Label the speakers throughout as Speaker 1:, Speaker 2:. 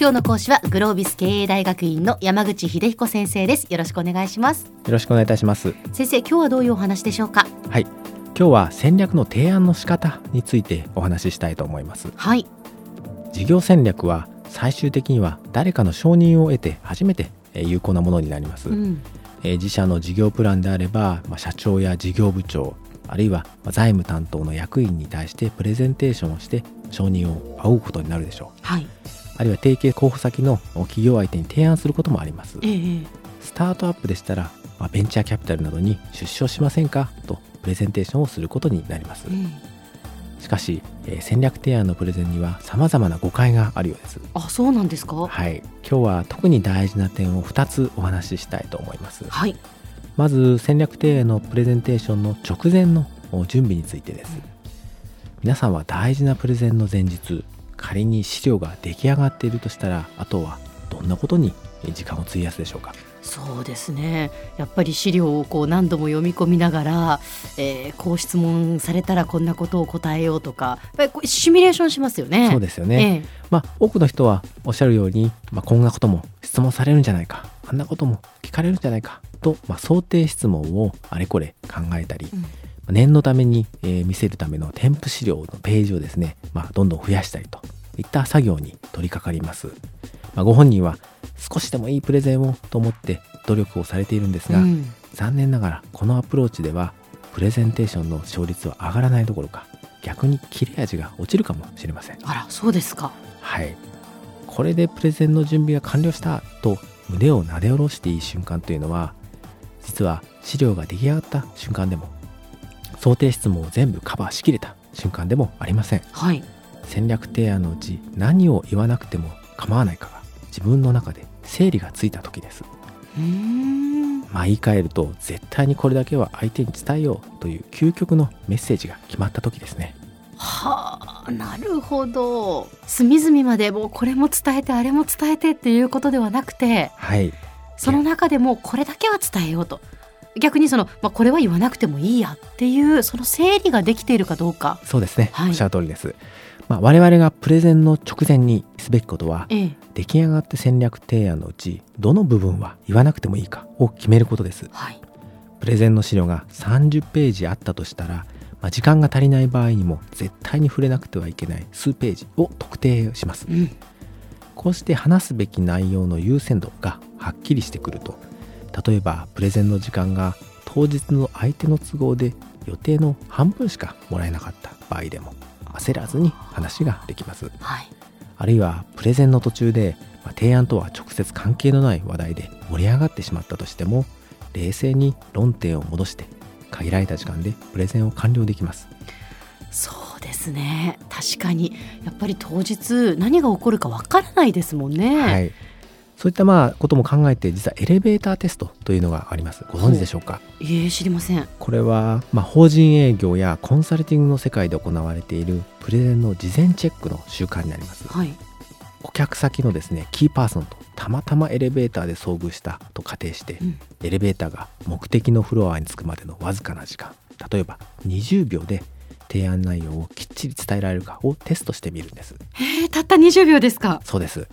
Speaker 1: 今日の講師はグロービス経営大学院の山口秀彦先生ですよろしくお願いします
Speaker 2: よろしくお願いいたします
Speaker 1: 先生今日はどういうお話でしょうか
Speaker 2: はい今日は戦略の提案の仕方についてお話ししたいと思います
Speaker 1: はい
Speaker 2: 事業戦略は最終的には誰かの承認を得て初めてえー有効なものになります、
Speaker 1: うん
Speaker 2: えー自社の事業プランであれば、まあ、社長や事業部長あるいはまあ財務担当の役員に対してプレゼンテーションをして承認を仰ぐことになるでしょう
Speaker 1: はい
Speaker 2: あるいは提携候補先の企業相手に提案することもあります
Speaker 1: ええ
Speaker 2: スタートアップでしたら、まあ、ベンチャーキャピタルなどに出資をしませんかとプレゼンテーションをすることになります
Speaker 1: ええ
Speaker 2: しかし、えー戦略提案のプレゼンには様々な誤解があるようです
Speaker 1: あそうなんですか
Speaker 2: はい今日は特に大事な点を2つお話ししたいと思います
Speaker 1: はい
Speaker 2: まず戦略提案のプレゼンテーションの直前のお準備についてです皆さんは大事なプレゼンの前日仮に資料が出来上がっているとしたらあとはどんなことに時間を費やすでしょうか
Speaker 1: そうですねやっぱり資料をこう何度も読み込みながら、えー、こう質問されたらこんなことを答えようとかやっぱりこうシミュレーションしますよね。
Speaker 2: そうですよね、
Speaker 1: ええ
Speaker 2: まあ、多くの人はおっしゃるように、まあ、こんなことも質問されるんじゃないかあんなことも聞かれるんじゃないかと、まあ、想定質問をあれこれ考えたり、
Speaker 1: うん
Speaker 2: 念のために、えー見せるための添付資料のページをですね、まあ、どんどん増やしたりといった作業に取り掛かります、まあ、ご本人は少しでもいいプレゼンをと思って努力をされているんですが、
Speaker 1: うん
Speaker 2: 残念ながらこのアプローチではプレゼンテーションの勝率は上がらないどころか逆に切れ味が落ちるかもしれません
Speaker 1: あらそうですか。
Speaker 2: はい、これでプレゼンの準備が完了したと胸をなで下ろしていい瞬間というのは実は資料が出来上がった瞬間でも想定質問を全部カバーしきれた瞬間でもありません
Speaker 1: はい。
Speaker 2: 戦略提案のうち何を言わなくても構わないかが自分の中で整理がついた時です
Speaker 1: うーん。
Speaker 2: まあ言い換えると絶対にこれだけは相手に伝えようという究極のメッセージが決まった時ですね
Speaker 1: はあなるほど隅々までもうこれも伝えてあれも伝えてっていうことではなくて
Speaker 2: はい
Speaker 1: その中でもこれだけは伝えようと逆にその、まあ、これは言わなくてもいいやっていうその整理ができているかどうか。
Speaker 2: そうですね、
Speaker 1: はい
Speaker 2: おっしゃる通りです、まあ、我々がプレゼンの直前にすべきことは
Speaker 1: ええ
Speaker 2: 出来上がって戦略提案のうちどの部分は言わなくてもいいかを決めることです
Speaker 1: はい、
Speaker 2: プレゼンの資料が30ページあったとしたら、まあ、時間が足りない場合にも絶対に触れなくてはいけない数ページを特定します
Speaker 1: うん
Speaker 2: こうして話すべき内容の優先度がはっきりしてくると例えばプレゼンの時間が当日の相手の都合で予定の半分しかもらえなかった場合でも焦らずに話ができます
Speaker 1: はい、
Speaker 2: あるいはプレゼンの途中で、まあ提案とは直接関係のない話題で盛り上がってしまったとしても冷静に論点を戻して限られた時間でプレゼンを完了できます
Speaker 1: そうですね確かにやっぱり当日何が起こるかわからないですもんね。
Speaker 2: はい、そういったまあことも考えて実はエレベーターテストというのがありますご存知でしょうか
Speaker 1: ええ知りません。
Speaker 2: これは、まあ、法人営業やコンサルティングの世界で行われているプレゼンの事前チェックの習慣になります
Speaker 1: はい、
Speaker 2: 顧客先のですねキーパーソンとたまたまエレベーターで遭遇したと仮定して
Speaker 1: うん
Speaker 2: エレベーターが目的のフロアに着くまでのわずかな時間例えば20秒で提案内容をきっちり伝えられるかをテストしてみるんです
Speaker 1: えーたった20秒ですか。
Speaker 2: そうです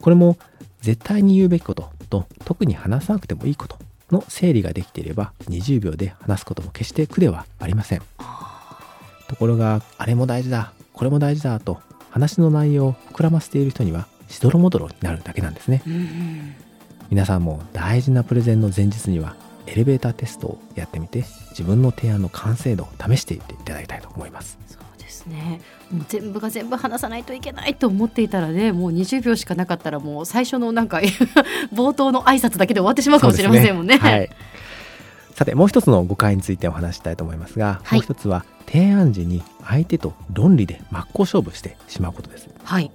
Speaker 2: これも絶対に言うべきことと特に話さなくてもいいことの整理ができていれば20秒で話すことも決して苦ではありませんところがあれも大事だこれも大事だと話の内容を膨らませている人にはしどろもどろになるだけなんですね
Speaker 1: うんうん
Speaker 2: 皆さんも大事なプレゼンの前日にはエレベーターテストをやってみて自分の提案の完成度を試していっていただきたいと思います
Speaker 1: そうですねもう全部が全部話さないといけないと思っていたらねもう20秒しかなかったらもう最初のなんか 冒頭の挨拶だけで終わってしまうかもしれませんもんね。
Speaker 2: そうですはい、さてもう一つの誤解についてお話ししたいと思いますが、
Speaker 1: はい
Speaker 2: もう一つは提案時に相手と論理で真っ向勝負してしまうことです
Speaker 1: はい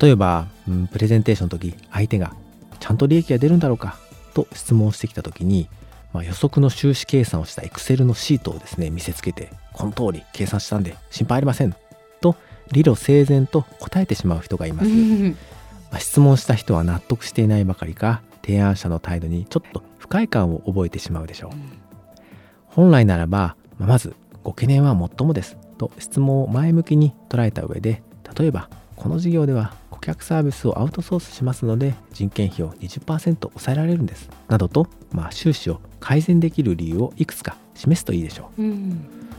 Speaker 2: 例えば、うんプレゼンテーションの時相手が「ちゃんと利益が出るんだろうか?」と質問してきた時に、まあ、予測の収支計算をした Excel のシートをですね見せつけて「この通り計算したんで心配ありません」と理路整然と答えてしまう人がいま
Speaker 1: う
Speaker 2: す、
Speaker 1: ん
Speaker 2: まあ質問した人は納得していないばかりか提案者の態度にちょっと不快感を覚えてしまうでしょう本来ならば、まあまずご懸念はもっともですと質問を前向きに捉えた上で例えばこの事業では顧客サービスをアウトソースしますので人件費を20%抑えられるんですなどと、まあ、収支を改善できる理由をいくつか示すといいでしょ
Speaker 1: うん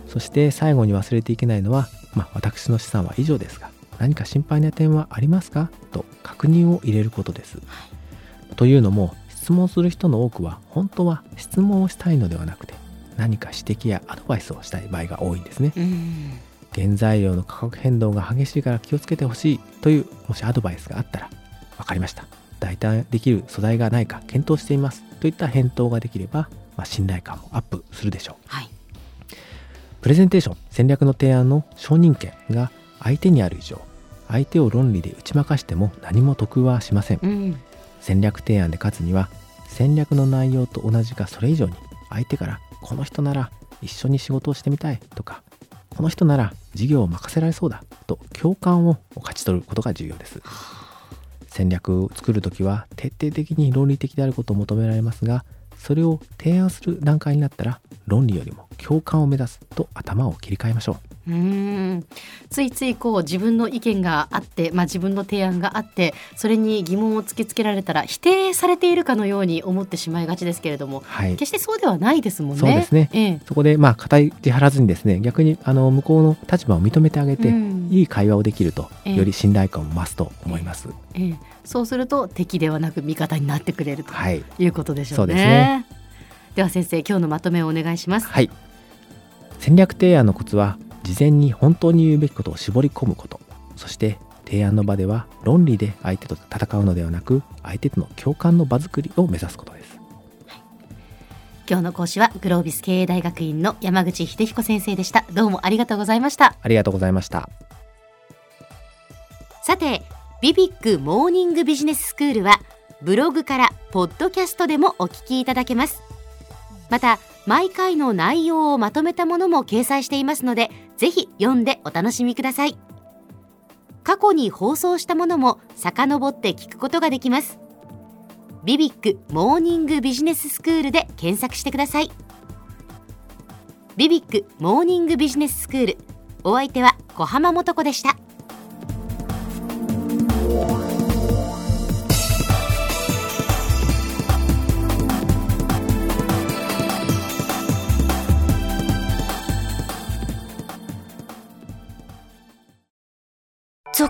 Speaker 2: うそして最後に忘れていけないのは、まあ、私の資産は以上ですが何か心配な点はありますかと確認を入れることです、というのも質問する人の多くは本当は質問をしたいのではなくて何か指摘やアドバイスをしたい場合が多いんですね
Speaker 1: うん
Speaker 2: 原材料の価格変動が激しいから気をつけてほしいというもしアドバイスがあったら分かりました代替できる素材がないか検討していますといった返答ができれば、まあ、信頼感もアップするでしょう
Speaker 1: はい
Speaker 2: プレゼンテーション戦略の提案の承認権が相手にある以上相手を論理で打ち負かしても何も得はしません
Speaker 1: うん
Speaker 2: 戦略提案で勝つには戦略の内容と同じかそれ以上に相手からこの人なら一緒に仕事をしてみたいとかこの人なら事業を任せられそうだと共感を勝ち取ることが重要です戦略を作るときは徹底的に論理的であることを求められますがそれを提案する段階になったら論理よりも共感を目指すと頭を切り替えましょう
Speaker 1: うーんついついこう自分の意見があって、まあ、自分の提案があってそれに疑問を突きつけられたら否定されているかのように思ってしまいがちですけれども
Speaker 2: はい
Speaker 1: 決してそうではないですもんね。
Speaker 2: そうですね
Speaker 1: ええ
Speaker 2: そこでまあ肩入り張らずにですね逆にあの向こうの立場を認めてあげて、
Speaker 1: うん
Speaker 2: いい会話をできると
Speaker 1: ええ
Speaker 2: より信頼感を増すと思います、
Speaker 1: ええ、そうすると敵ではなく味方になってくれると
Speaker 2: はい
Speaker 1: いうことでしょ
Speaker 2: そうう
Speaker 1: ね。
Speaker 2: ですね
Speaker 1: では先生今日のまとめをお願いします。
Speaker 2: はい戦略提案のコツは事前に本当に言うべきことを絞り込むことそして提案の場では論理で相手と戦うのではなく相手との共感の場作りを目指すことです
Speaker 1: 今日の講師はグロービス経営大学院の山口秀彦先生でした。どうもありがとうございました。
Speaker 2: ありがとうございました
Speaker 1: さて、ビビックモーニングビジネススクールはブログからポッドキャストでもお聞きいただけます。また、毎回の内容をまとめたものも掲載していますので、ぜひ読んでお楽しみください。過去に放送したものも遡って聞くことができます。ビビックモーニングビジネススクールで検索してください。ビビックモーニングビジネススクール。お相手は小浜もとこでした。
Speaker 3: ゾ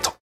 Speaker 4: ト」